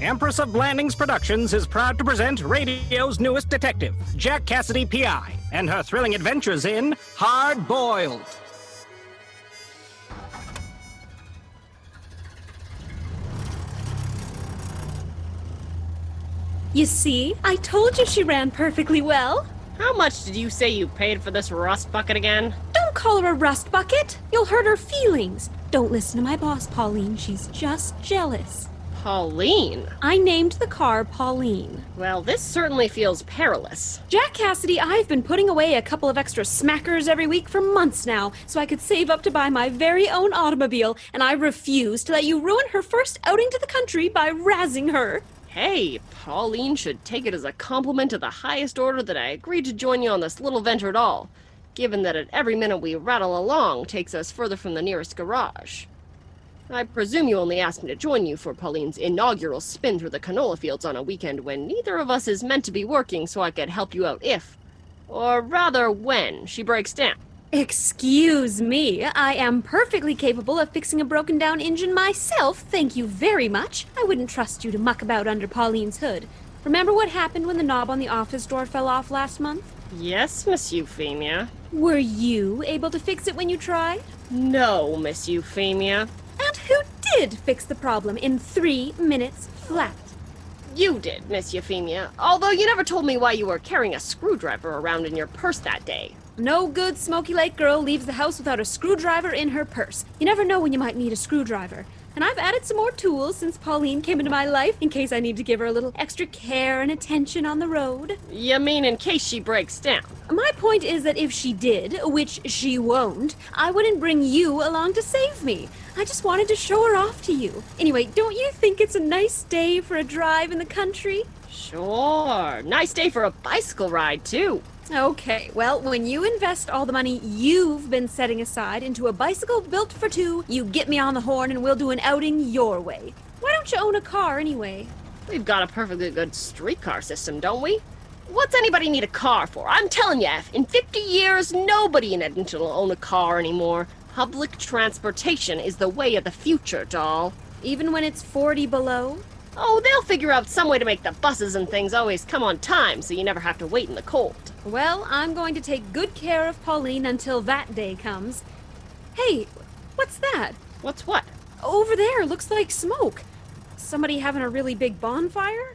Empress of Blandings Productions is proud to present radio's newest detective, Jack Cassidy PI, and her thrilling adventures in Hard Boiled. You see, I told you she ran perfectly well. How much did you say you paid for this rust bucket again? Don't call her a rust bucket. You'll hurt her feelings. Don't listen to my boss, Pauline. She's just jealous. Pauline. I named the car Pauline. Well, this certainly feels perilous. Jack Cassidy, I've been putting away a couple of extra smackers every week for months now so I could save up to buy my very own automobile, and I refuse to let you ruin her first outing to the country by razzing her. Hey, Pauline should take it as a compliment of the highest order that I agreed to join you on this little venture at all, given that at every minute we rattle along takes us further from the nearest garage. I presume you only asked me to join you for Pauline's inaugural spin through the canola fields on a weekend when neither of us is meant to be working so I could help you out if, or rather when, she breaks down. Excuse me, I am perfectly capable of fixing a broken down engine myself, thank you very much. I wouldn't trust you to muck about under Pauline's hood. Remember what happened when the knob on the office door fell off last month? Yes, Miss Euphemia. Were you able to fix it when you tried? No, Miss Euphemia. And who did fix the problem in three minutes flat? You did, Miss Euphemia, although you never told me why you were carrying a screwdriver around in your purse that day. No good Smoky Lake girl leaves the house without a screwdriver in her purse. You never know when you might need a screwdriver. And I've added some more tools since Pauline came into my life in case I need to give her a little extra care and attention on the road. You mean in case she breaks down? My point is that if she did, which she won't, I wouldn't bring you along to save me. I just wanted to show her off to you. Anyway, don't you think it's a nice day for a drive in the country? Sure. Nice day for a bicycle ride, too. Okay, well, when you invest all the money you've been setting aside into a bicycle built for two, you get me on the horn and we'll do an outing your way. Why don't you own a car anyway? We've got a perfectly good streetcar system, don't we? What's anybody need a car for? I'm telling you, F, in 50 years, nobody in Edmonton will own a car anymore. Public transportation is the way of the future, doll. Even when it's 40 below? Oh, they'll figure out some way to make the buses and things always come on time so you never have to wait in the cold. Well, I'm going to take good care of Pauline until that day comes. Hey, what's that? What's what? Over there looks like smoke. Somebody having a really big bonfire?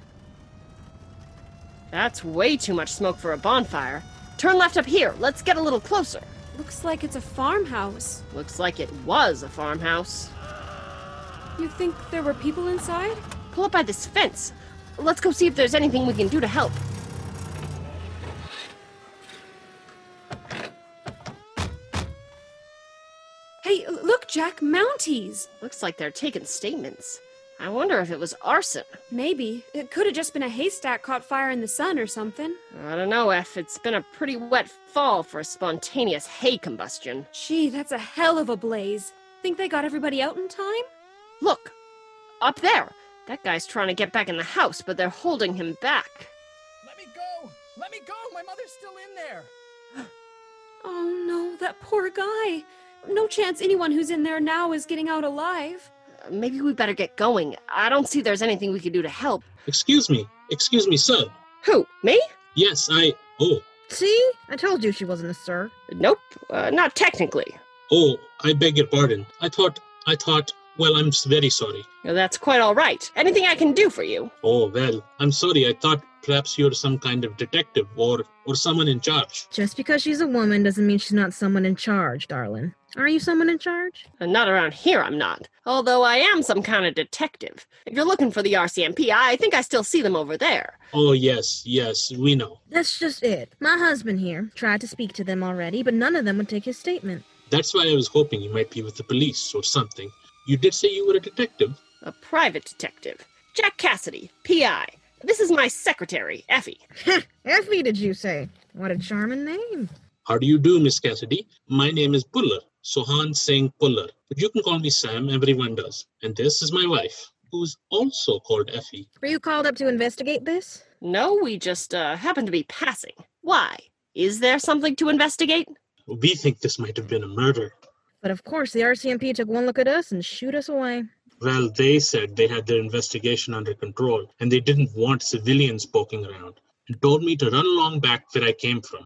That's way too much smoke for a bonfire. Turn left up here. Let's get a little closer. Looks like it's a farmhouse. Looks like it was a farmhouse. You think there were people inside? Pull up by this fence. Let's go see if there's anything we can do to help. Hey, l- look, Jack, Mounties. Looks like they're taking statements. I wonder if it was arson. Maybe. It could have just been a haystack caught fire in the sun or something. I don't know, F. It's been a pretty wet fall for a spontaneous hay combustion. Gee, that's a hell of a blaze. Think they got everybody out in time? Look, up there. That guy's trying to get back in the house, but they're holding him back. Let me go! Let me go! My mother's still in there! Oh no, that poor guy. No chance anyone who's in there now is getting out alive. Uh, Maybe we better get going. I don't see there's anything we can do to help. Excuse me. Excuse me, sir. Who? Me? Yes, I. Oh, See? I told you she wasn't a sir. Nope. Uh, not technically. oh, I beg your pardon. I thought, I thought, well, I'm s- very sorry. Now, That's quite all right. Anything I can do for you? Oh, well, I'm sorry. I thought perhaps you're some kind of detective or, or someone in charge. Just because she's a woman doesn't mean she's not someone in charge, darling. Are you someone in charge? Uh, Not around here, I'm not. Although I am some kind of detective. If you're looking for the RCMP, I think I still see them over there. Oh, yes, yes, we know. That's just it. My husband here tried to speak to them already, but none of them would take his statement. That's why I was hoping you might be with the police or something. You did say you were a detective. A private detective. Jack Cassidy, PI. This is my secretary, Effie. Effie, did you say? What a charming name. How do you do, Miss Cassidy? My name is Puller, Sohan Singh Puller. But you can call me Sam, everyone does. And this is my wife, who's also called Effie. Were you called up to investigate this? No, we just uh, happen to be passing. Why? Is there something to investigate? We think this might have been a murder. But of course, the RCMP took one look at us and shoot us away. Well, they said they had their investigation under control and they didn't want civilians poking around and told me to run along back where I came from.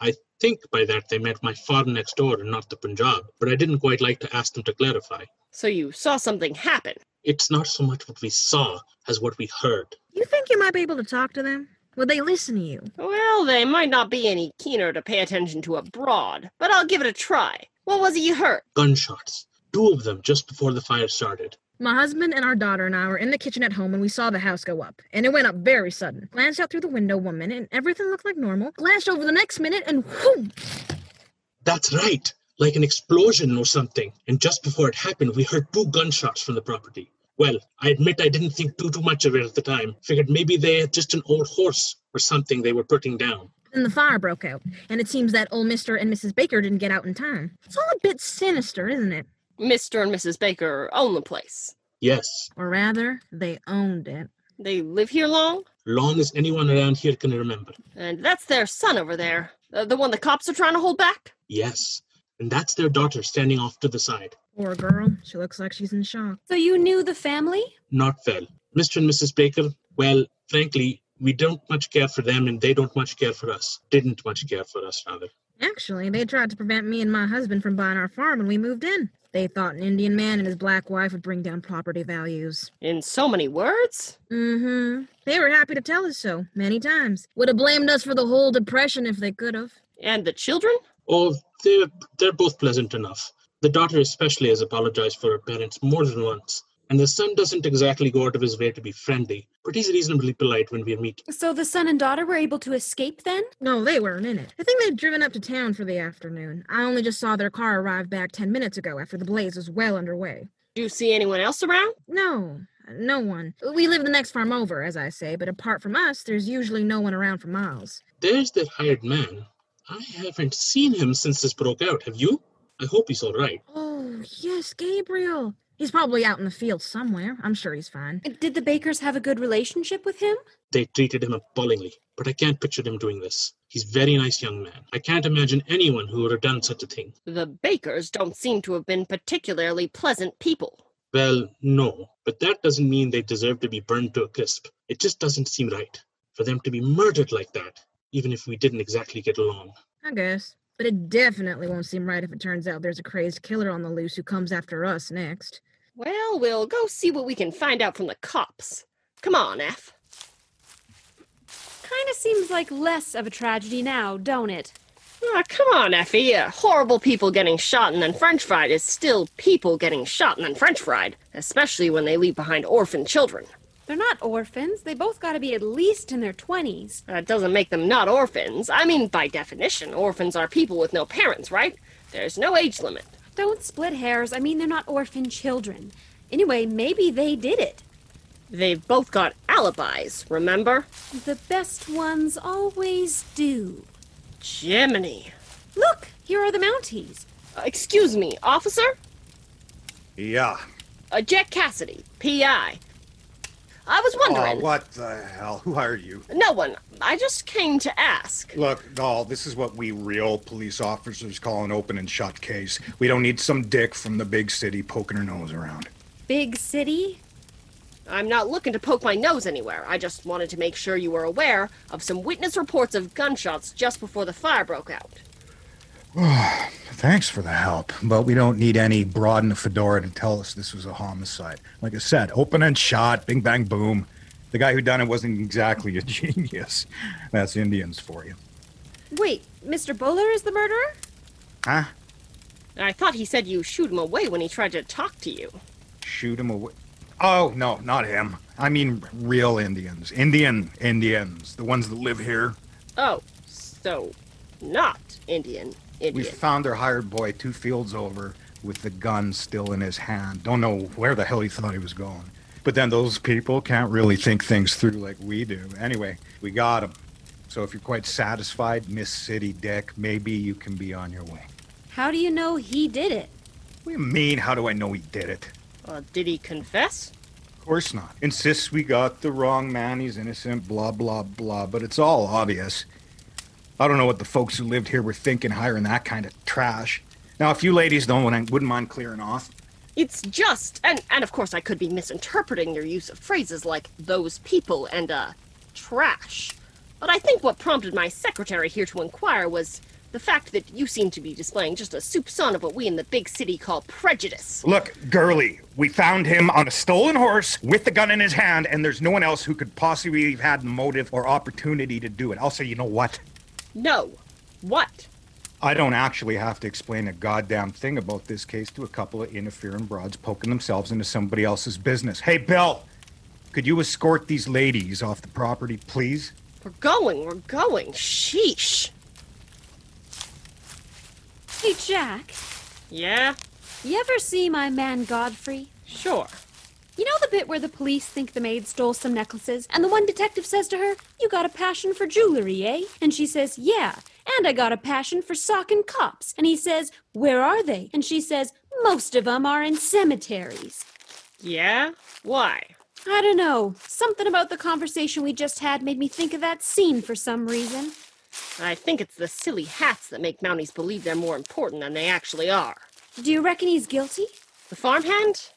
I think by that they meant my farm next door and not the Punjab, but I didn't quite like to ask them to clarify. So you saw something happen. It's not so much what we saw as what we heard. You think you might be able to talk to them? Will they listen to you? Well, they might not be any keener to pay attention to abroad, but I'll give it a try. What was it you heard? Gunshots. Two of them just before the fire started. My husband and our daughter and I were in the kitchen at home when we saw the house go up, and it went up very sudden. Glanced out through the window one minute, and everything looked like normal. Glanced over the next minute, and whoom! That's right, like an explosion or something. And just before it happened, we heard two gunshots from the property. Well, I admit I didn't think too too much of it at the time. Figured maybe they had just an old horse or something they were putting down. Then the fire broke out, and it seems that old Mr. and Mrs. Baker didn't get out in time. It's all a bit sinister, isn't it? Mr. and Mrs. Baker own the place. Yes, Or rather, they owned it. They live here long, long as anyone around here can remember. and that's their son over there. Uh, the one the cops are trying to hold back? Yes, and that's their daughter standing off to the side. Poor girl. She looks like she's in shock. So you knew the family? Not well. Mr. and Mrs. Baker, well, frankly, we don't much care for them and they don't much care for us. Didn't much care for us, rather. Actually, they tried to prevent me and my husband from buying our farm when we moved in. They thought an Indian man and his black wife would bring down property values. In so many words? Mm-hmm. They were happy to tell us so many times. Would have blamed us for the whole depression if they could have. And the children? Oh, they're, they're both pleasant enough. The daughter, especially, has apologized for her parents more than once. And the son doesn't exactly go out of his way to be friendly, but he's reasonably polite when we meet. So the son and daughter were able to escape then? No, they weren't in it. I think they'd driven up to town for the afternoon. I only just saw their car arrive back ten minutes ago after the blaze was well underway. Do you see anyone else around? No, no one. We live the next farm over, as I say, but apart from us, there's usually no one around for miles. There's that hired man. I haven't seen him since this broke out. Have you? I hope he's all right. Oh, yes, Gabriel. He's probably out in the field somewhere. I'm sure he's fine. Did the Bakers have a good relationship with him? They treated him appallingly, but I can't picture him doing this. He's very nice young man. I can't imagine anyone who would have done such a thing. The Bakers don't seem to have been particularly pleasant people. Well, no, but that doesn't mean they deserve to be burned to a crisp. It just doesn't seem right for them to be murdered like that, even if we didn't exactly get along. I guess. But it definitely won't seem right if it turns out there's a crazed killer on the loose who comes after us next. Well, we'll go see what we can find out from the cops. Come on, F. Kinda seems like less of a tragedy now, don't it? Ah, come on, Effie. Uh, horrible people getting shot and then french fried is still people getting shot and then french fried, especially when they leave behind orphan children. They're not orphans. They both gotta be at least in their 20s. That doesn't make them not orphans. I mean, by definition, orphans are people with no parents, right? There's no age limit. Don't split hairs. I mean, they're not orphan children. Anyway, maybe they did it. They've both got alibis, remember? The best ones always do. Jiminy. Look, here are the Mounties. Uh, excuse me, officer? Yeah. Uh, Jack Cassidy, PI. I was Oh, wondering. what the hell? Who hired you? no one. I just came to ask. Look, doll, this is what we real police officers call an open and shut case. We don't need some dick from the big city poking her nose around. Big City. I'm not looking to poke my nose anywhere. I just wanted to make sure you were aware of some witness reports of gunshots just before the fire broke out. Thanks for the help, but we don't need any broad in a fedora to tell us this was a homicide. Like I said, open and shot, bing bang boom. The guy who done it wasn't exactly a genius. That's Indians for you. Wait, Mr. Bowler is the murderer? Huh? I thought he said you shoot him away when he tried to talk to you. Shoot him away. Oh, no, not him. I mean real Indians. Indian Indians. The ones that live here. Oh, so not Indian. We Indian. found their hired boy two fields over with the gun still in his hand. Don't know where the hell he thought he was going. But then those people can't really think things through like we do. Anyway, we got him. So if you're quite satisfied, Miss City Dick, maybe you can be on your way. How do you know he did it? What do you mean? How do I know he did it? Uh, did he confess? Of course not. Insists we got the wrong man, he's innocent, blah, blah, blah, but it's all obvious. I don't know what the folks who lived here were thinking hiring that kind of trash. Now, if you ladies don't, wouldn't mind clearing off, It's just, and, and of course, I could be misinterpreting your use of phrases like those people and, uh, trash. But I think what prompted my secretary here to inquire was the fact that you seem to be displaying just a soupçon of what we in the big city call prejudice. Look, Gurley, we found him on a stolen horse with the gun in his hand, and there's no one else who could possibly have had the motive or opportunity to do it. Also, you know what? No. What? I don't actually have to explain a goddamn thing about this case to a couple of interfering broads poking themselves into somebody else's business. Hey, Bill, could you escort these ladies off the property, please? We're going, we're going. Sheesh. Hey, Jack, Yeah, you ever see my man Godfrey? sure. You know the bit where the police think the maid stole some necklaces, and the one detective says to her, You got a passion for jewelry, eh? And she says, Yeah, and I got a passion for sockin' cops. And he says, Where are they? And she says, Most of 'em are in cemeteries. Yeah? Why? I don't know. Something about the conversation we just had made me think of that scene for some reason. I think it's the silly hats that make Mounties believe they're more important than they actually are. Do you reckon he's guilty? The farmhand?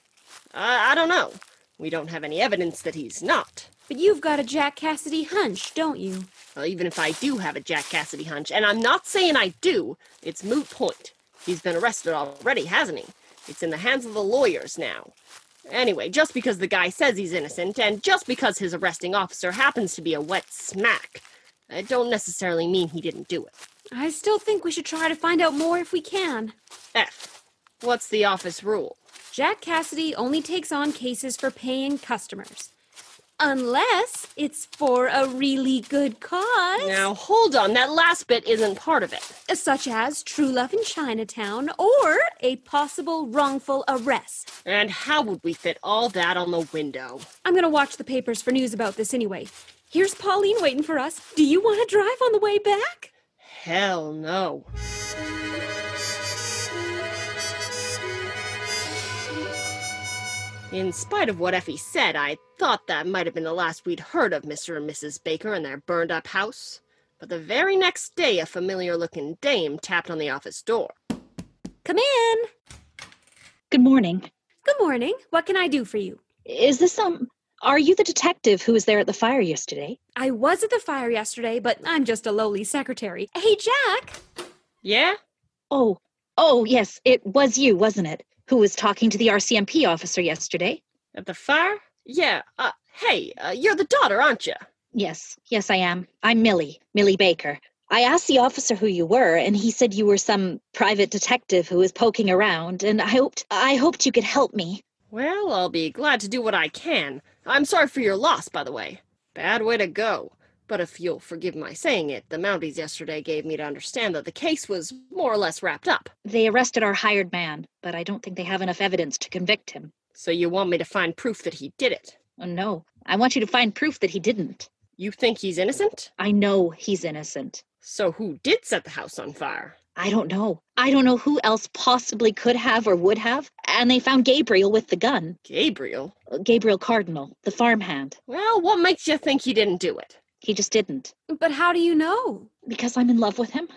Uh, I I don't know. We don't have any evidence that he's not. But you've got a Jack Cassidy hunch, don't you? Well, even if I do have a Jack Cassidy hunch, and I'm not saying I do, it's moot point. He's been arrested already, hasn't he? It's in the hands of the lawyers now. Anyway, just because the guy says he's innocent, and just because his arresting officer happens to be a wet smack, it don't necessarily mean he didn't do it. I still think we should try to find out more if we can. F. What's the office rule? Jack Cassidy only takes on cases for paying customers. Unless it's for a really good cause, Now, hold on, that last bit isn't part of it. such as True Love in Chinatown or a possible wrongful arrest. And how would we fit all that on the window? I'm gonna watch the papers for news about this anyway. Here's Pauline waiting for us. Do you want to drive on the way back? Hell no. In spite of what Effie said, I thought that might have been the last we'd heard of Mr. and Mrs. Baker and their burned up house. But the very next day, a familiar looking dame tapped on the office door. Come in. Good morning. Good morning. What can I do for you? Is this um are you the detective who was there at the fire yesterday? I was at the fire yesterday, but I'm just a lowly secretary. Hey, Jack. Yeah? Oh, oh yes, it was you, wasn't it? Who was talking to the RCMP officer yesterday? At the fire? Yeah. Uh, hey, uh, you're the daughter, aren't you? Yes, yes I am. I'm Millie, Millie Baker. I asked the officer who you were and he said you were some private detective who was poking around and I hoped I hoped you could help me. Well, I'll be glad to do what I can. I'm sorry for your loss, by the way. Bad way to go. But if you'll forgive my saying it, the Mounties yesterday gave me to understand that the case was more or less wrapped up. They arrested our hired man, but I don't think they have enough evidence to convict him. So you want me to find proof that he did it? Oh no, I want you to find proof that he didn't. You think he's innocent? I know he's innocent. So who did set the house on fire? I don't know. I don't know who else possibly could have or would have. And they found Gabriel with the gun. Gabriel. Gabriel Cardinal, the farmhand. Well, what makes you think he didn't do it? He just didn't. But how do you know? Because I'm in love with him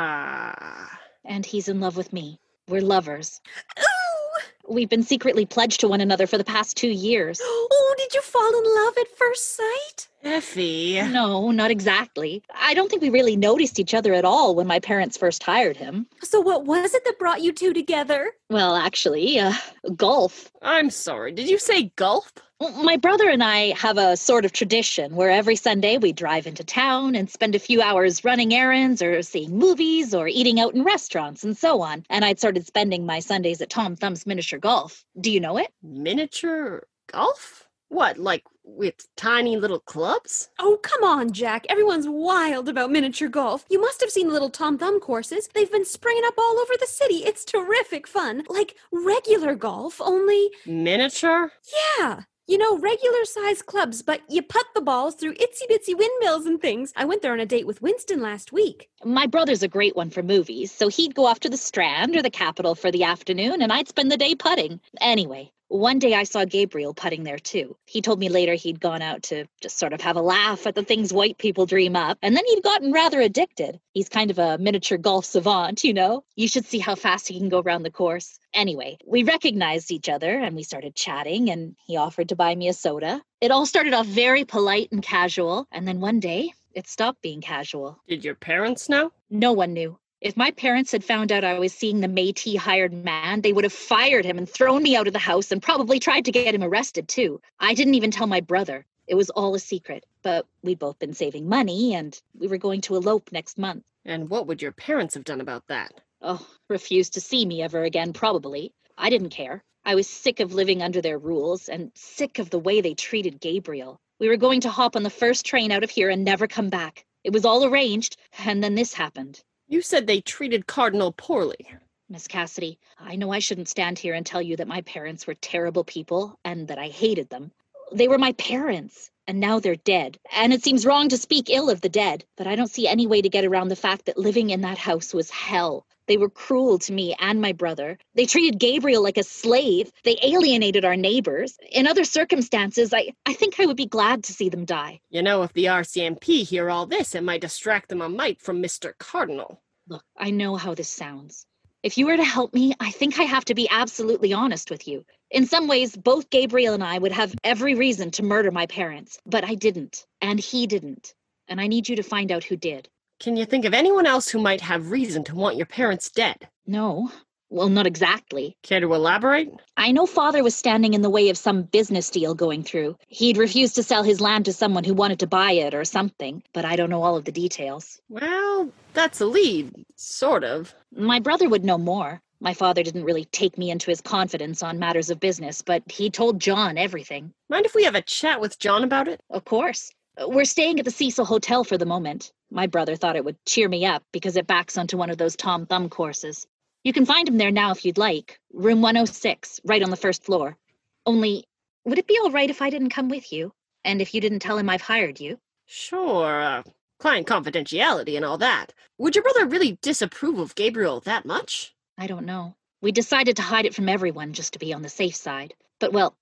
Ah. and he's in love with me. We're lovers. Ooh! We've been secretly pledged to one another for the past two years. Oh, did you fall in love at first sight? Effie. No, not exactly. I don't think we really noticed each other at all when my parents first hired him. So, what was it that brought you two together? Well, actually, uh, golf. I'm sorry. Did you say gulp? Well, My brother and I have a sort of tradition where every Sunday we drive into town and spend a few hours running errands or seeing movies or eating out in restaurants and so on. And I'd started spending my Sundays at Tom Thumb's Miniature Golf. Do you know it? Miniature golf? What, like with tiny little clubs? Oh, come on, Jack. Everyone's wild about miniature golf. You must have seen the little Tom Thumb courses. They've been springing up all over the city. It's terrific fun. Like regular golf, only, Miniature? yeah. You know, regular sized clubs, but you put the balls through itsy bitsy windmills and things. I went there on a date with Winston last week. My brother's a great one for movies, so he'd go off to the Strand or the Capitol for the afternoon and I'd spend the day putting. Anyway, One day I saw Gabriel putting there too. He told me later he'd gone out to just sort of have a laugh at the things white people dream up, and then he'd gotten rather addicted. He's kind of a miniature golf savant, you know? You should see how fast he can go around the course. Anyway, we recognized each other and we started chatting, and he offered to buy me a soda. It all started off very polite and casual, and then one day it stopped being casual. Did your parents know? No one knew. If my parents had found out I was seeing the Métis hired man, they would have fired him and thrown me out of the house and probably tried to get him arrested too. I didn't even tell my brother. It was all a secret, but we'd both been saving money and we were going to elope next month. And what would your parents have done about that? Oh, refused to see me ever again, probably. I didn't care. I was sick of living under their rules and sick of the way they treated Gabriel. We were going to hop on the first train out of here and never come back. It was all arranged, and then this happened. You said they treated Cardinal poorly. Miss Cassidy, I know I shouldn't stand here and tell you that my parents were terrible people and that I hated them. They were my parents, and now they're dead. And it seems wrong to speak ill of the dead, but I don't see any way to get around the fact that living in that house was hell. They were cruel to me and my brother. They treated Gabriel like a slave. They alienated our neighbors. In other circumstances, I, I think I would be glad to see them die. You know, if the RCMP hear all this, it might distract them a mite from Mr. Cardinal. Look, I know how this sounds. If you were to help me, I think I have to be absolutely honest with you. In some ways, both Gabriel and I would have every reason to murder my parents, but I didn't, and he didn't. And I need you to find out who did. Can you think of anyone else who might have reason to want your parents dead? No. Well, not exactly. Care to elaborate? I know father was standing in the way of some business deal going through. He'd refused to sell his land to someone who wanted to buy it or something, but I don't know all of the details. Well, that's a lead, sort of. My brother would know more. My father didn't really take me into his confidence on matters of business, but he told John everything. Mind if we have a chat with John about it? Of course. Uh, We're staying at the Cecil Hotel for the moment. My brother thought it would cheer me up because it backs onto one of those Tom Thumb courses. You can find him there now if you'd like. Room 106, right on the first floor. Only, would it be all right if I didn't come with you? And if you didn't tell him I've hired you? Sure, uh, client confidentiality and all that. Would your brother really disapprove of Gabriel that much? I don't know. We decided to hide it from everyone just to be on the safe side. But well,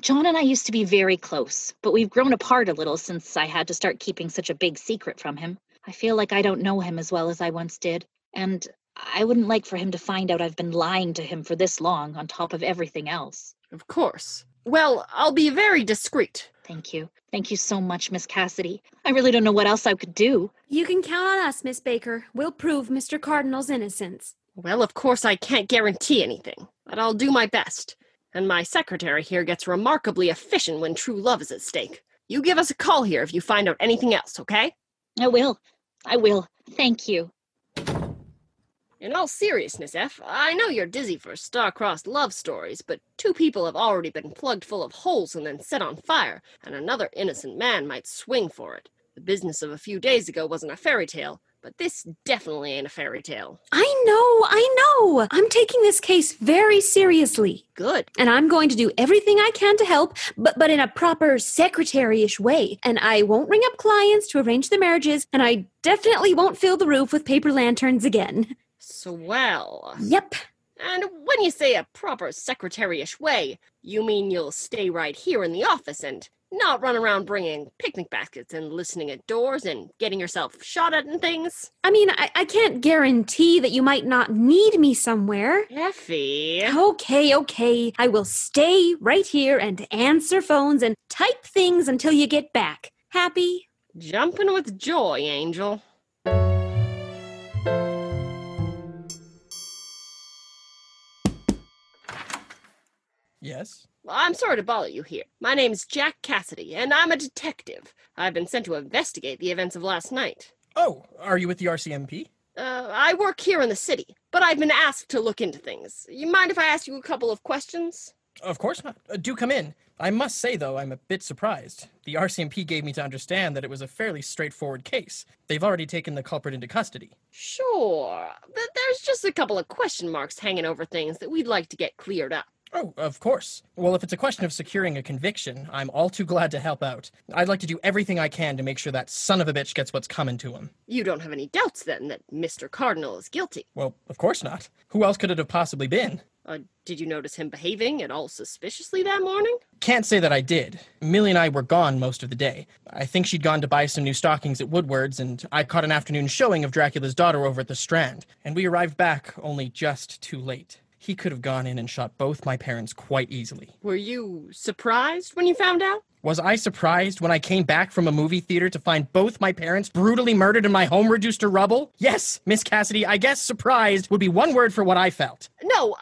John and I used to be very close, but we've grown apart a little since I had to start keeping such a big secret from him. I feel like I don't know him as well as I once did, and I wouldn't like for him to find out I've been lying to him for this long on top of everything else. Of course. Well, I'll be very discreet. Thank you. Thank you so much, Miss Cassidy. I really don't know what else I could do. You can count on us, Miss Baker. We'll prove Mr. Cardinal's innocence. Well, of course, I can't guarantee anything, but I'll do my best. And my secretary here gets remarkably efficient when true love is at stake. You give us a call here if you find out anything else, okay? I will. I will. Thank you. In all seriousness, F, I know you're dizzy for star-crossed love stories, but two people have already been plugged full of holes and then set on fire, and another innocent man might swing for it. The business of a few days ago wasn't a fairy tale, but this definitely ain't a fairy tale. I know, I know. I'm taking this case very seriously. Good. And I'm going to do everything I can to help, but, but in a proper secretary ish way. And I won't ring up clients to arrange their marriages, and I definitely won't fill the roof with paper lanterns again. Swell. Yep. And when you say a proper secretary ish way, you mean you'll stay right here in the office and not run around bringing picnic baskets and listening at doors and getting yourself shot at and things. I mean, I, I can't guarantee that you might not need me somewhere. Effie. Okay, okay. I will stay right here and answer phones and type things until you get back. Happy? Jumping with joy, Angel. Yes? I'm sorry to bother you here. My name's Jack Cassidy, and I'm a detective. I've been sent to investigate the events of last night. Oh, are you with the RCMP? Uh, I work here in the city, but I've been asked to look into things. You mind if I ask you a couple of questions? Of course not. Uh, do come in. I must say, though, I'm a bit surprised. The RCMP gave me to understand that it was a fairly straightforward case. They've already taken the culprit into custody. Sure, but there's just a couple of question marks hanging over things that we'd like to get cleared up. Oh, of course. Well, if it's a question of securing a conviction, I'm all too glad to help out. I'd like to do everything I can to make sure that son of a bitch gets what's coming to him. You don't have any doubts, then, that Mr. Cardinal is guilty. Well, of course not. Who else could it have possibly been? Uh, did you notice him behaving at all suspiciously that morning? Can't say that I did. Millie and I were gone most of the day. I think she'd gone to buy some new stockings at Woodward's, and I caught an afternoon showing of Dracula's daughter over at the Strand, and we arrived back only just too late. He could have gone in and shot both my parents quite easily. Were you surprised when you found out? Was I surprised when I came back from a movie theater to find both my parents brutally murdered and my home reduced to rubble? Yes, Miss Cassidy, I guess surprised would be one word for what I felt. No, uh,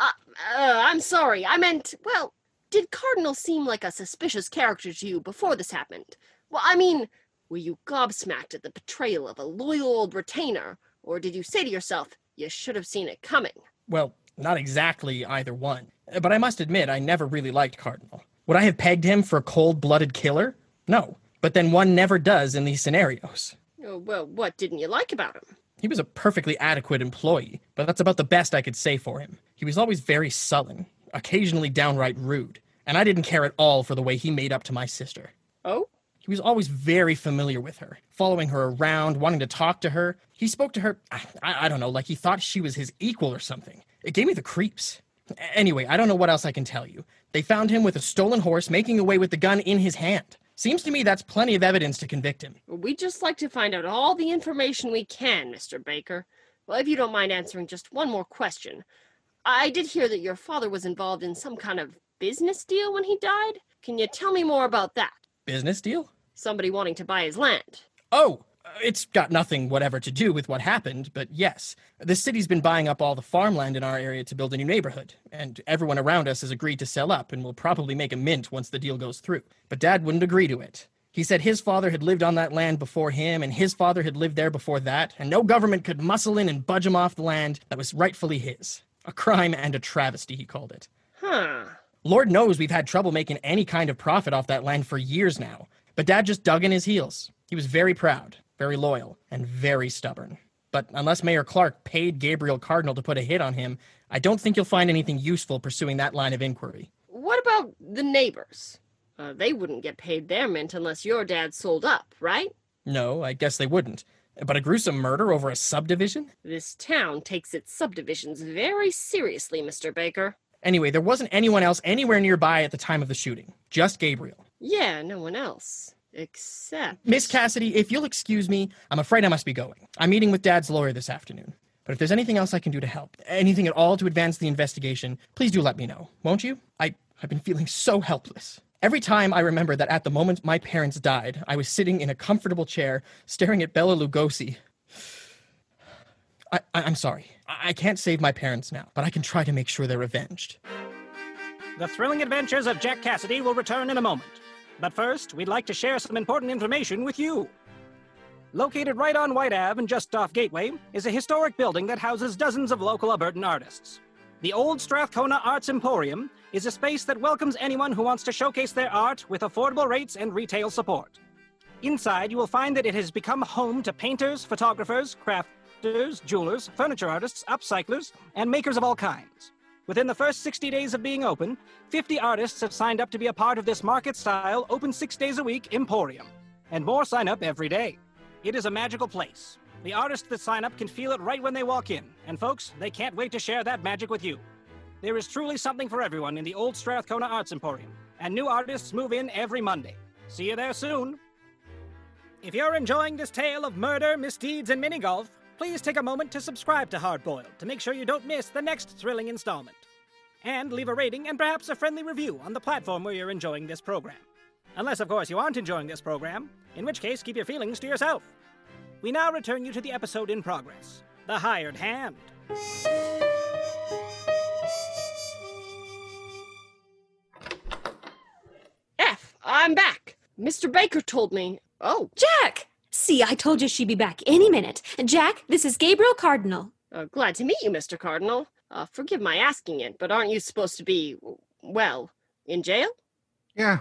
uh, I'm sorry. I meant, well, did Cardinal seem like a suspicious character to you before this happened? Well, I mean, were you gobsmacked at the betrayal of a loyal old retainer, or did you say to yourself, you should have seen it coming? Well, not exactly either one. But I must admit, I never really liked Cardinal. Would I have pegged him for a cold blooded killer? No. But then one never does in these scenarios. Oh, well, what didn't you like about him? He was a perfectly adequate employee, but that's about the best I could say for him. He was always very sullen, occasionally downright rude, and I didn't care at all for the way he made up to my sister. Oh? He was always very familiar with her, following her around, wanting to talk to her. He spoke to her, I, I don't know, like he thought she was his equal or something. It gave me the creeps. A- Anyway, I don't know what else I can tell you. They found him with a stolen horse making away with the gun in his hand. Seems to me that's plenty of evidence to convict him. We'd just like to find out all the information we can, Mr. Baker. Well, if you don't mind answering just one more question. I did hear that your father was involved in some kind of business deal when he died. Can you tell me more about that? Business deal? Somebody wanting to buy his land. Oh, uh, it's got nothing whatever to do with what happened, but yes, the city's been buying up all the farmland in our area to build a new neighborhood, and everyone around us has agreed to sell up and will probably make a mint once the deal goes through. But Dad wouldn't agree to it. He said his father had lived on that land before him, and his father had lived there before that, and no government could muscle in and budge him off the land that was rightfully his. A crime and a travesty, he called it. Huh. Lord knows we've had trouble making any kind of profit off that land for years now. But Dad just dug in his heels. He was very proud, very loyal, and very stubborn. But unless Mayor Clark paid Gabriel Cardinal to put a hit on him, I don't think you'll find anything useful pursuing that line of inquiry. What about the neighbors? Uh, they wouldn't get paid their mint unless your dad sold up, right? No, I guess they wouldn't. But a gruesome murder over a subdivision? This town takes its subdivisions very seriously, Mr. Baker. Anyway, there wasn't anyone else anywhere nearby at the time of the shooting, just Gabriel. Yeah, no one else. Except. Miss Cassidy, if you'll excuse me, I'm afraid I must be going. I'm meeting with Dad's lawyer this afternoon. But if there's anything else I can do to help, anything at all to advance the investigation, please do let me know, won't you? I, I've been feeling so helpless. Every time I remember that at the moment my parents died, I was sitting in a comfortable chair staring at Bella Lugosi. I, I, I'm sorry. I, I can't save my parents now, but I can try to make sure they're avenged. The thrilling adventures of Jack Cassidy will return in a moment. But first, we'd like to share some important information with you. Located right on White Ave and just off Gateway is a historic building that houses dozens of local Albertan artists. The Old Strathcona Arts Emporium is a space that welcomes anyone who wants to showcase their art with affordable rates and retail support. Inside, you will find that it has become home to painters, photographers, crafters, jewelers, furniture artists, upcyclers, and makers of all kinds. Within the first 60 days of being open, 50 artists have signed up to be a part of this market style, open six days a week emporium. And more sign up every day. It is a magical place. The artists that sign up can feel it right when they walk in. And folks, they can't wait to share that magic with you. There is truly something for everyone in the old Strathcona Arts Emporium, and new artists move in every Monday. See you there soon. If you're enjoying this tale of murder, misdeeds, and mini golf, please take a moment to subscribe to Hardboiled to make sure you don't miss the next thrilling installment. And leave a rating and perhaps a friendly review on the platform where you're enjoying this program. Unless, of course, you aren't enjoying this program, in which case, keep your feelings to yourself. We now return you to the episode in progress The Hired Hand. F, I'm back. Mr. Baker told me. Oh, Jack! See, I told you she'd be back any minute. Jack, this is Gabriel Cardinal. uh, glad to meet you, Mr. Cardinal. Uh, forgive my asking it, but aren't you supposed to be, well, in jail? Yeah,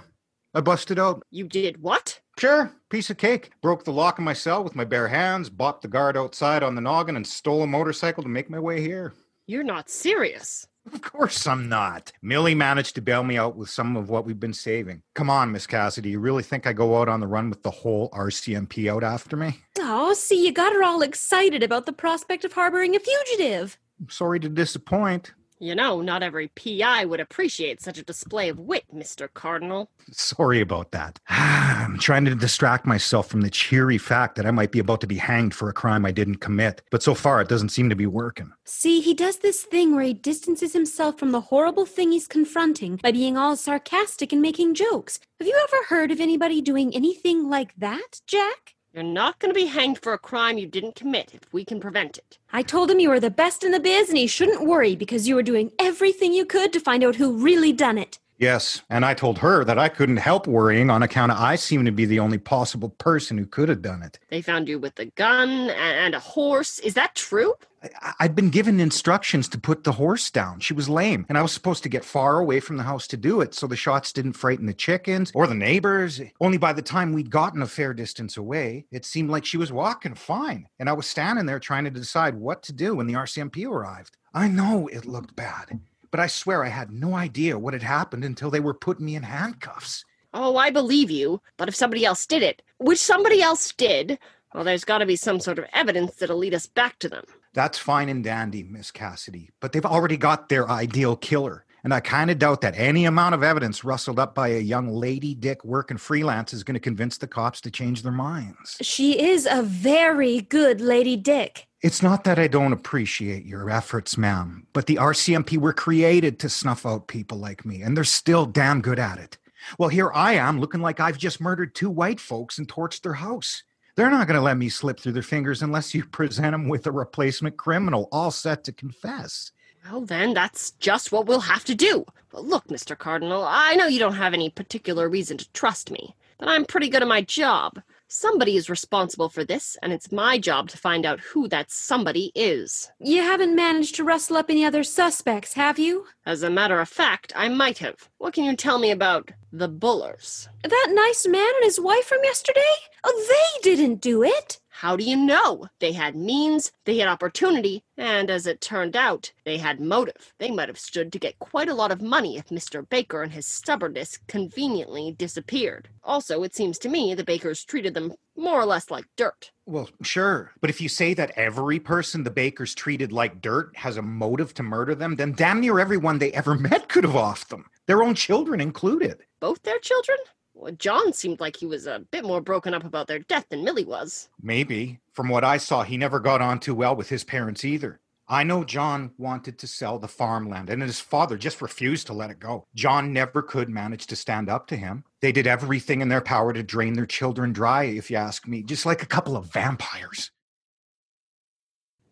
I busted out. You did what? Sure, piece of cake. Broke the lock of my cell with my bare hands, bopped the guard outside on the noggin, and stole a motorcycle to make my way here. You're not serious. Of course I'm not. Millie managed to bail me out with some of what we've been saving. Come on, Miss Cassidy, you really think I go out on the run with the whole RCMP out after me? Oh, see, you got her all excited about the prospect of harboring a fugitive. I'm sorry to disappoint. You know, not every PI would appreciate such a display of wit, Mr. Cardinal. Sorry about that. I'm trying to distract myself from the cheery fact that I might be about to be hanged for a crime I didn't commit, but so far it doesn't seem to be working. See, he does this thing where he distances himself from the horrible thing he's confronting by being all sarcastic and making jokes. Have you ever heard of anybody doing anything like that, Jack? You're not going to be hanged for a crime you didn't commit if we can prevent it. I told him you were the best in the biz and he shouldn't worry because you were doing everything you could to find out who really done it. Yes, and I told her that I couldn't help worrying on account of I seem to be the only possible person who could have done it. They found you with a gun a- and a horse. Is that true? I- I'd been given instructions to put the horse down. She was lame, and I was supposed to get far away from the house to do it so the shots didn't frighten the chickens or the neighbors. Only by the time we'd gotten a fair distance away, it seemed like she was walking fine, and I was standing there trying to decide what to do when the RCMP arrived. I know it looked bad, but I swear I had no idea what had happened until they were putting me in handcuffs. Oh, I believe you. But if somebody else did it, which somebody else did, well, there's got to be some sort of evidence that'll lead us back to them. That's fine and dandy, Miss Cassidy, but they've already got their ideal killer. And I kind of doubt that any amount of evidence rustled up by a young lady dick working freelance is going to convince the cops to change their minds. She is a very good Lady Dick. It's not that I don't appreciate your efforts, ma'am, but the RCMP were created to snuff out people like me, and they're still damn good at it. Well, here I am looking like I've just murdered two white folks and torched their house. They're not going to let me slip through their fingers unless you present them with a replacement criminal all set to confess. Well, then, that's just what we'll have to do. But look, Mr. Cardinal, I know you don't have any particular reason to trust me, but I'm pretty good at my job. Somebody is responsible for this, and it's my job to find out who that somebody is. You haven't managed to rustle up any other suspects, have you? As a matter of fact, I might have. What can you tell me about the Bullers? That nice man and his wife from yesterday? Oh, they didn't do it. How do you know? They had means, they had opportunity, and as it turned out, they had motive. They might have stood to get quite a lot of money if Mr. Baker and his stubbornness conveniently disappeared. Also, it seems to me the Bakers treated them more or less like dirt. Well, sure. But if you say that every person the Bakers treated like dirt has a motive to murder them, then damn near everyone they ever met could have offed them, their own children included. Both their children? Well, John seemed like he was a bit more broken up about their death than Millie was. Maybe. From what I saw, he never got on too well with his parents either. I know John wanted to sell the farmland, and his father just refused to let it go. John never could manage to stand up to him. They did everything in their power to drain their children dry, if you ask me, just like a couple of vampires.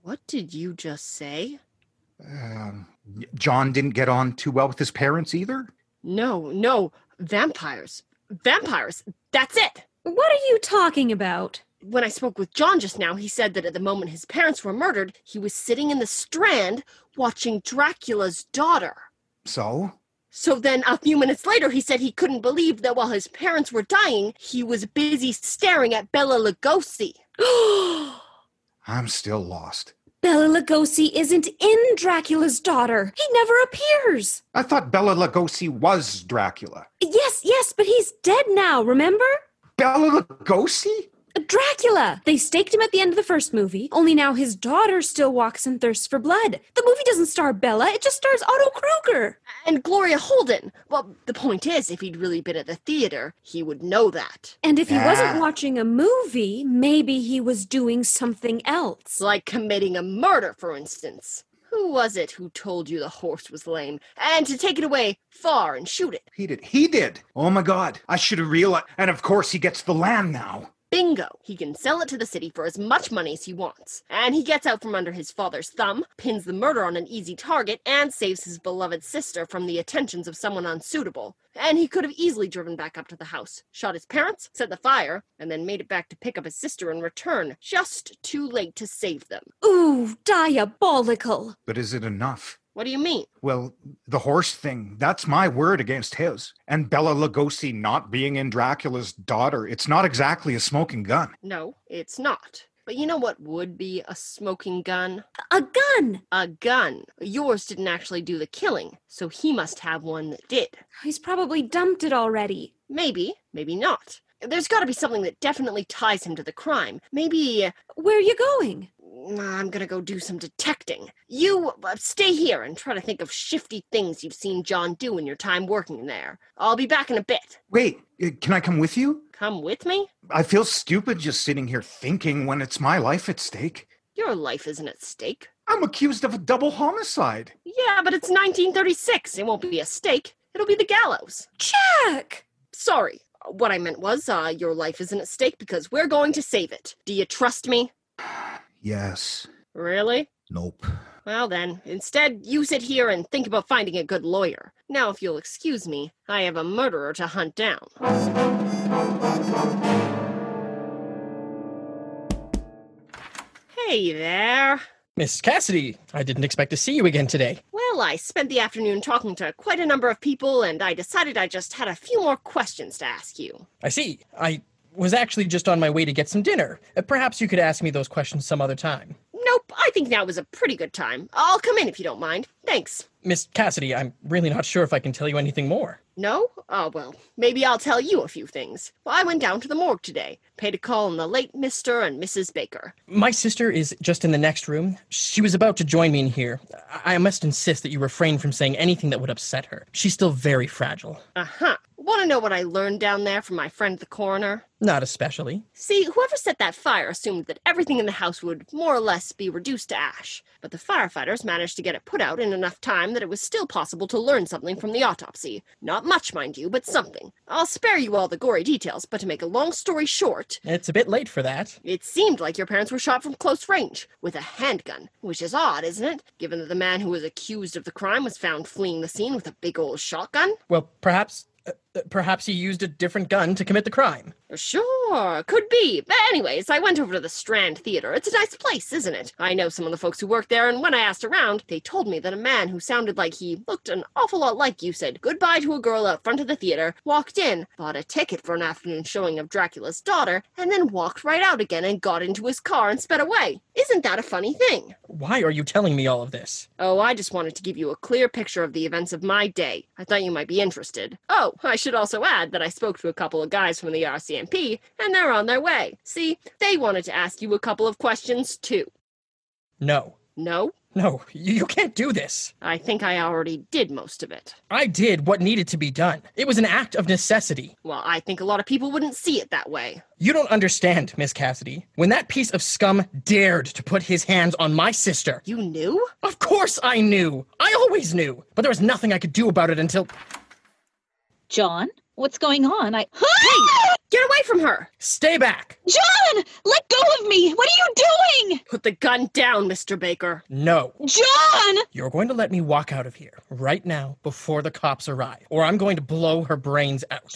What did you just say? Um, John didn't get on too well with his parents either. No, no, vampires. Vampires. That's it. What are you talking about? When I spoke with John just now, he said that at the moment his parents were murdered, he was sitting in the Strand watching Dracula's daughter. So So then, a few minutes later, he said he couldn't believe that while his parents were dying, he was busy staring at Bella Lugosi. I'm still lost. Bella Lugosi isn't in Dracula's daughter. He never appears. I thought Bella Lugosi was Dracula. Yes, yes, but he's dead now, remember? Bella Lugosi? Dracula! They staked him at the end of the first movie, only now his daughter still walks and thirsts for blood. The movie doesn't star Bella, it just stars Otto Kruger. And Gloria Holden. Well, the point is, if he'd really been at the theater, he would know that. And if he wasn't Ah. watching a movie, maybe he was doing something else. It's like committing a murder, for instance. Who was it who told you the horse was lame? And to take it away far and shoot it. He did. He did. Oh my God. I should have realized. And of course, he gets the land now. Bingo! He can sell it to the city for as much money as he wants. And he gets out from under his father's thumb, pins the murder on an easy target, and saves his beloved sister from the attentions of someone unsuitable. And he could have easily driven back up to the house, shot his parents, set the fire, and then made it back to pick up his sister and return, just too late to save them. Ooh, diabolical. But is it enough? What do you mean? Well, the horse thing, that's my word against his. And Bella Lugosi not being in Dracula's daughter, it's not exactly a smoking gun. No, it's not. But you know what would be a smoking gun? A gun! A gun. Yours didn't actually do the killing, so he must have one that did. He's probably dumped it already. Maybe, maybe not. There's got to be something that definitely ties him to the crime. Maybe, uh, Where are you going? I'm gonna go do some detecting. You uh, stay here and try to think of shifty things you've seen John do in your time working there. I'll be back in a bit. Wait, uh, can I come with you? Come with me? I feel stupid just sitting here thinking when it's my life at stake. Your life isn't at stake. I'm accused of a double homicide. Yeah, but it's 1936. It won't be a stake. It'll be the gallows. Jack! Sorry. What I meant was, uh, your life isn't at stake because we're going to save it. Do you trust me? Yes. Really? Nope. Well, then, instead, you sit here and think about finding a good lawyer. Now, if you'll excuse me, I have a murderer to hunt down. Hey there. Miss Cassidy, I didn't expect to see you again today. Well, I spent the afternoon talking to quite a number of people, and I decided I just had a few more questions to ask you. I see. I was actually just on my way to get some dinner. Uh, Perhaps you could ask me those questions some other time. Nope, I think now was a pretty good time. I'll come in if you don't mind. Thanks. Miss Cassidy, I'm really not sure if I can tell you anything more. No? Oh, well, maybe I'll tell you a few things. Well, I went down to the morgue today, paid a call on the late Mr. and Mrs. Baker. My sister is just in the next room. She was about to join me in here. I I must insist that you refrain from saying anything that would upset her. She's still very fragile. Uh huh. Want to know what I learned down there from my friend the coroner? Not especially. See, whoever set that fire assumed that everything in the house would more or less be reduced to ash, but the firefighters managed to get it put out in enough time that it was still possible to learn something from the autopsy. Not much, mind you, but something. I'll spare you all the gory details, but to make a long story short, It's a bit late for that. it seemed like your parents were shot from close range with a handgun, which is odd, isn't it? Given that the man who was accused of the crime was found fleeing the scene with a big old shotgun? Well, perhaps. Uh, uh, perhaps he used a different gun to commit the crime. Sure, could be. But anyways, I went over to the Strand Theater. It's a nice place, isn't it? I know some of the folks who work there, and when I asked around, they told me that a man who sounded like he looked an awful lot like you said goodbye to a girl out front of the theater, walked in, bought a ticket for an afternoon showing of Dracula's daughter, and then walked right out again and got into his car and sped away. Isn't that a funny thing? Why are you telling me all of this? Oh, I just wanted to give you a clear picture of the events of my day. I thought you might be interested. Oh, I should also add that I spoke to a couple of guys from the RCMP, and they're on their way. See, they wanted to ask you a couple of questions, too. No. No, No, you, you can't do this. I think I already did most of it. I did what needed to be done. It was an act of necessity. Well, I think a lot of people wouldn't see it that way. You don't understand, Miss Cassidy. When that piece of scum dared to put his hands on my sister, You knew? of course I knew. I always knew. But there was nothing I could do about it until. John, what's going on? I. Hey! Get away from her! Stay back! John, let go of me! What are you doing? Put the gun down, Mr. Baker. No. John! You're going to let me walk out of here right now before the cops arrive, or I'm going to blow her brains out.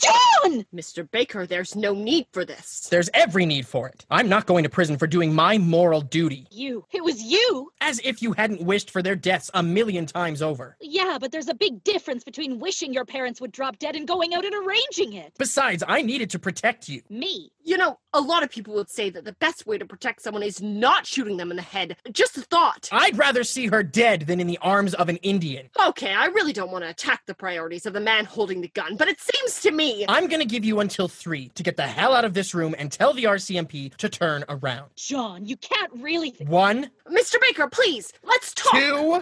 John! Mr. Baker, there's no need for this. There's every need for it. I'm not going to prison for doing my moral duty. You. It was you. As if you hadn't wished for their deaths a million times over. Yeah, but there's a big difference between wishing your parents would drop dead and going out and arranging it. Besides, I needed to protect you. Me. You know, a lot of people would say that the best way to protect someone is not shooting them in the head. Just a thought. I'd rather see her dead than in the arms of an Indian. Okay, I really don't want to attack the priorities of the man holding the gun, but it seems to me. I'm gonna give you until three to get the hell out of this room and tell the RCMP to turn around. John, you can't really. Th- One, Mr. Baker, please, let's talk. two.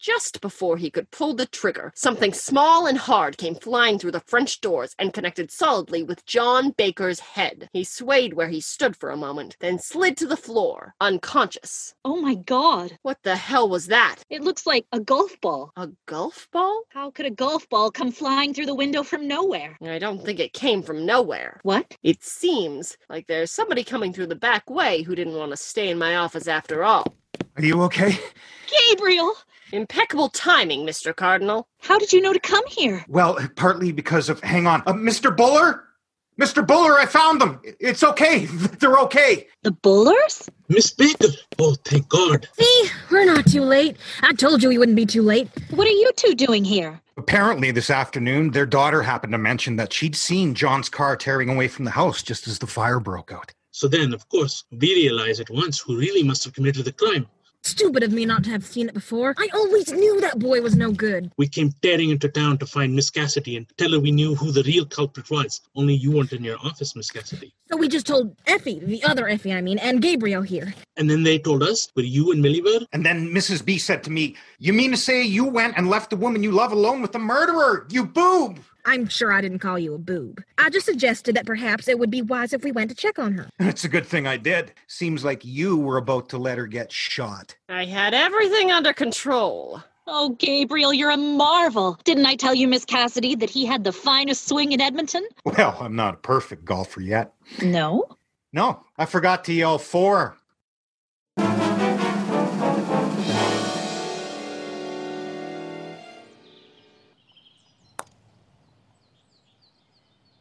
Just before he could pull the trigger, something small and hard came flying through the French doors and connected solidly with John Baker's head. He swayed where he stood for a moment, then slid to the floor, unconscious. oh my god. What the hell was that? It looks like a golf ball. A golf ball? How could a golf ball come flying through the window from nowhere? I don't think it came from nowhere. What? It seems like there's somebody coming through the back way who didn't want to stay in my office after all. Are you okay? Gabriel! Impeccable timing, Mr. Cardinal. How did you know to come here? Well, partly because of. Hang on. Uh, Mr. Buller? Mr. Buller, I found them. I- It's okay. They're okay. The Bullers? Miss Baker! Oh, thank God. See, we're not too late. I told you we wouldn't be too late. What are you two doing here? Apparently, this afternoon, their daughter happened to mention that she'd seen John's car tearing away from the house just as the fire broke out. So then, of course, we realize at once who really must have committed the crime. Stupid of me not to have seen it before. I always knew that boy was no good. We came tearing into town to find Miss Cassidy and tell her we knew who the real culprit was. Only you weren't in your office, Miss Cassidy. So we just told Effie, the other Effie, I mean, and Gabriel here. And then they told us where you and Millie were. And then Mrs. B said to me, You mean to say you went and left the woman you love alone with the murderer? You boob! I'm sure I didn't call you a boob. I just suggested that perhaps it would be wise if we went to check on her. It's a good thing I did. Seems like you were about to let her get shot. I had everything under control. Oh, Gabriel, you're a marvel. Didn't I tell you, Miss Cassidy, that he had the finest swing in Edmonton? Well, I'm not a perfect golfer yet. No. No, I forgot to yell four.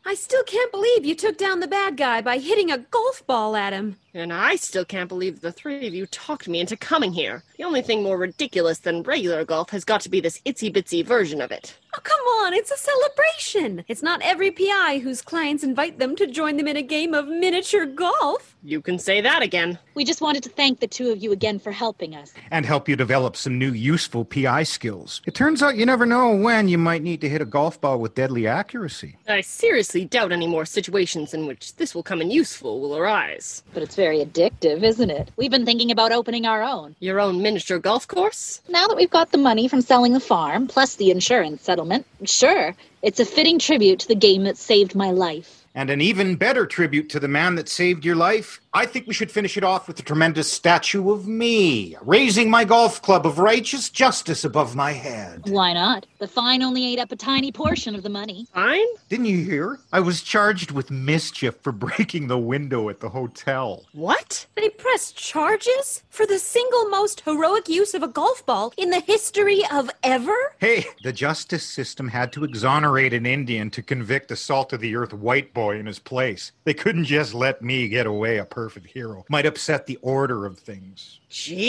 I still can't believe you took down the bad guy by hitting a golf ball at him. And I still can't believe the three of you talked me into coming here. The only thing more ridiculous than regular golf has got to be this itsy bitsy version of it. Oh, come on, it's a celebration. It's not every PI whose clients invite them to join them in a game of miniature golf. You can say that again. We just wanted to thank the two of you again for helping us. and help you develop some new useful PI skills. It turns out you never know when you might need to hit a golf ball with deadly accuracy. I seriously doubt any more situations in which this will come in useful will arise. But it's very addictive, isn't it? We've been thinking about opening our own. Your own miniature golf course? Now that we've got the money from selling the farm, plus the insurance settlement, sure, it's a fitting tribute to the game that saved my life. And an even better tribute to the man that saved your life, I think we should finish it off with a tremendous statue of me, raising my golf club of righteous justice above my head. Why not? The fine only ate up a tiny portion of the money. Fine? Didn't you hear? I was charged with mischief for breaking the window at the hotel. What? They press charges for the single most heroic use of a golf ball in the history of ever? Hey, the justice system had to exonerate an Indian to convict a salt of the earth white boy in his place. They couldn't just let me get away a perfect hero. Might upset the order of things.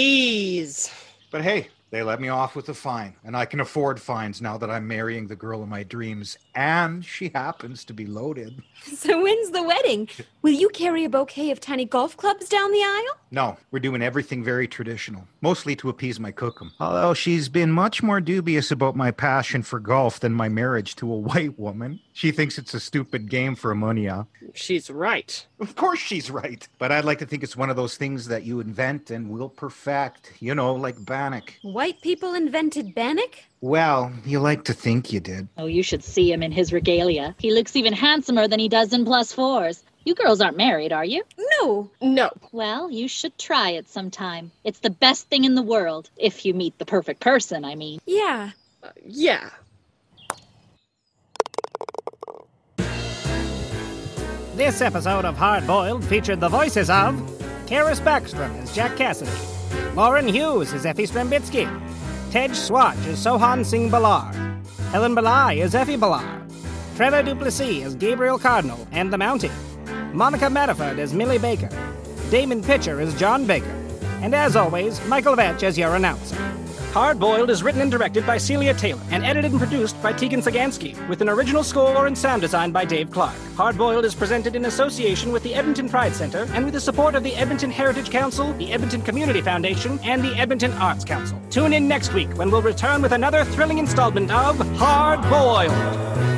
Jeez. But hey, they let me off with a fine, and I can afford fines now that I'm marrying the girl of my dreams, and she happens to be loaded. So when's the wedding? Will you carry a bouquet of tiny golf clubs down the aisle? No, we're doing everything very traditional, mostly to appease my cookum. Although she's been much more dubious about my passion for golf than my marriage to a white woman. She thinks it's a stupid game for ammonia. She's right. Of course she's right. But I'd like to think it's one of those things that you invent and will perfect, you know, like Bannock. White people invented Bannock? Well, you like to think you did. Oh, you should see him in his regalia. He looks even handsomer than he does in plus fours. You girls aren't married, are you? No. No. Well, you should try it sometime. It's the best thing in the world, if you meet the perfect person, I mean. Yeah. Yeah. This episode of Hard Boiled featured the voices of Karis Backstrom as Jack Cassidy, Lauren Hughes as Effie Strembitsky, Tej Swatch as Sohan Singh Balar, Helen Belai as Effie Balar, Trevor Duplessis as Gabriel Cardinal and the Mountie, Monica Matterford as Millie Baker, Damon Pitcher as John Baker, and as always, Michael Vetch as your announcer. Hard Boiled is written and directed by Celia Taylor and edited and produced by Tegan Sagansky, with an original score and sound design by Dave Clark. Hard Boiled is presented in association with the Edmonton Pride Center and with the support of the Edmonton Heritage Council, the Edmonton Community Foundation, and the Edmonton Arts Council. Tune in next week when we'll return with another thrilling installment of Hard Boiled.